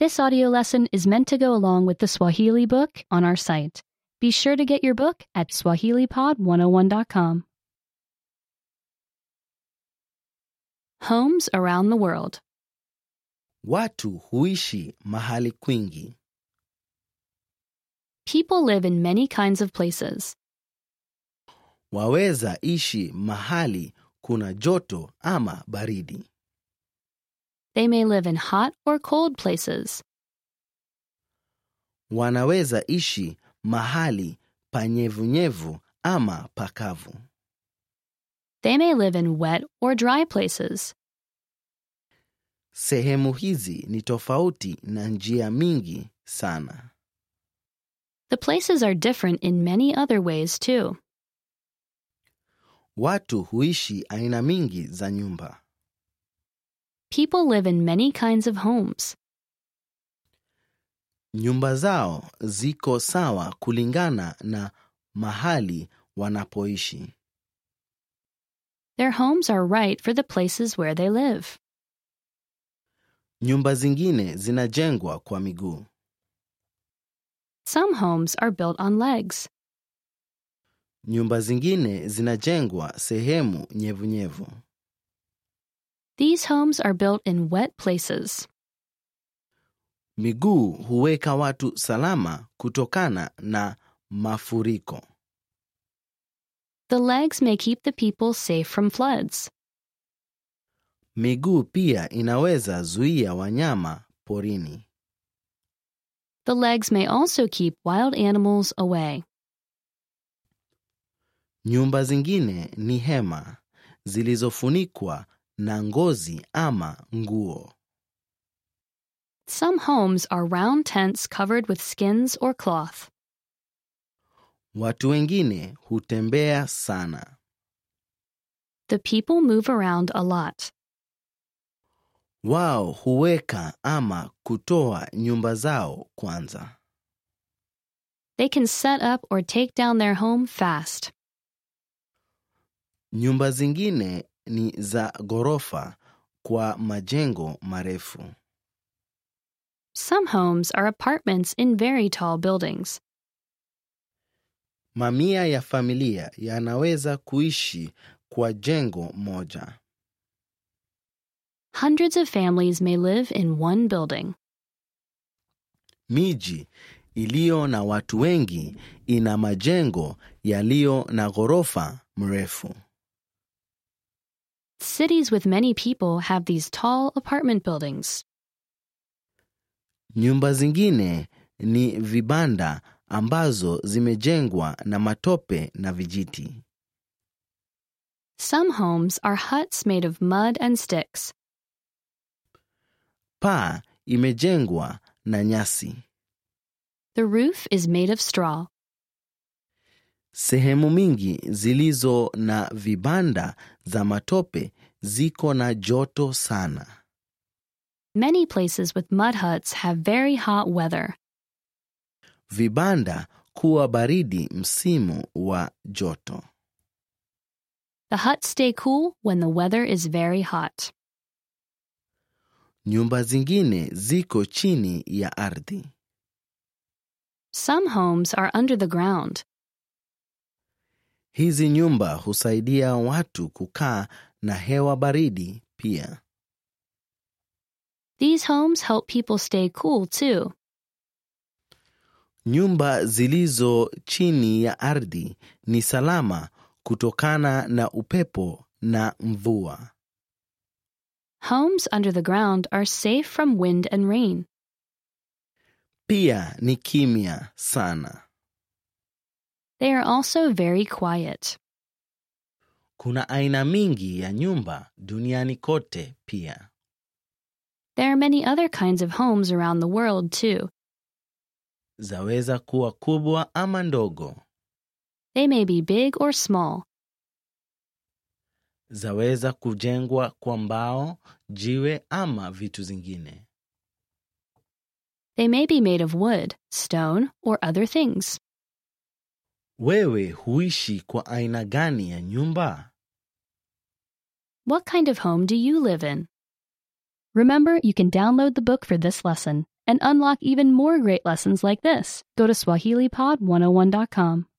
This audio lesson is meant to go along with the Swahili book on our site. Be sure to get your book at SwahiliPod101.com. Homes around the world. Watu huishi mahali kwingi. People live in many kinds of places. Waweza ishi mahali kuna joto ama baridi. They may live in hot or cold places. Wanaweza ishi mahali panyevunyevu ama pakavu. They may live in wet or dry places. Sehemu hizi ni tofauti na njia mingi sana. The places are different in many other ways, too. Watu huishi aina mingi za nyumba. People live in many kinds of homes. Nyumba zao ziko sawa kulingana na mahali wanapoishi. Their homes are right for the places where they live. Nyumba zingine zinajengwa kwa miguu. Some homes are built on legs. Nyumba zingine zinajengwa sehemu nyevunyevu. These homes are built in wet places. Miguu huweka watu salama kutokana na mafuriko. The legs may keep the people safe from floods. Miguu pia inaweza zuia wanyama porini. The legs may also keep wild animals away. Nyumba zingine ni hema zilizofunikwa na ngozi ama nguo. Some homes are round tents covered with skins or cloth. Watu wengine hutembea sana. The people move around a lot. Wao huweka ama kutoa nyumba zao kwanza. They can set up or take down their home fast. Nyumba zingine ni za ghorofa kwa majengo marefu. Some homes are apartments in very tall buildings. Mamia ya familia yanaweza kuishi kwa jengo moja. Hundreds of families may live in one building. Miji iliyo na watu wengi ina majengo yaliyo na ghorofa mrefu. Cities with many people have these tall apartment buildings. Nyumba zingine ni vibanda ambazo zimejengwa na matope na vijiti. Some homes are huts made of mud and sticks. Paa imejengwa na nyasi. The roof is made of straw. Sehemu mingi zilizo na vibanda za matope ziko na joto sana. Many places with mud huts have very hot weather. Vibanda kuwa baridi msimu wa joto. The huts stay cool when the weather is very hot. Nyumba zingine ziko chini ya ardhi. Some homes are under the ground. Hizi nyumba husaidia watu kukaa na hewa baridi pia. These homes help people stay cool too. Nyumba zilizo chini ya ardhi ni salama kutokana na upepo na mvua. Homes under the ground are safe from wind and rain. Pia ni kimya sana. They are also very quiet. Kuna aina mingi ya nyumba duniani kote pia. There are many other kinds of homes around the world too. Zaweza kuwa kubwa ama ndogo. They may be big or small. Zaweza kujengwa kwa mbao, jiwe ama vitu zingine. They may be made of wood, stone, or other things. Wewe huishi kwa aina gani ya nyumba? What kind of home do you live in? Remember, you can download the book for this lesson oh and unlock even more great lessons like this. Go to SwahiliPod101.com.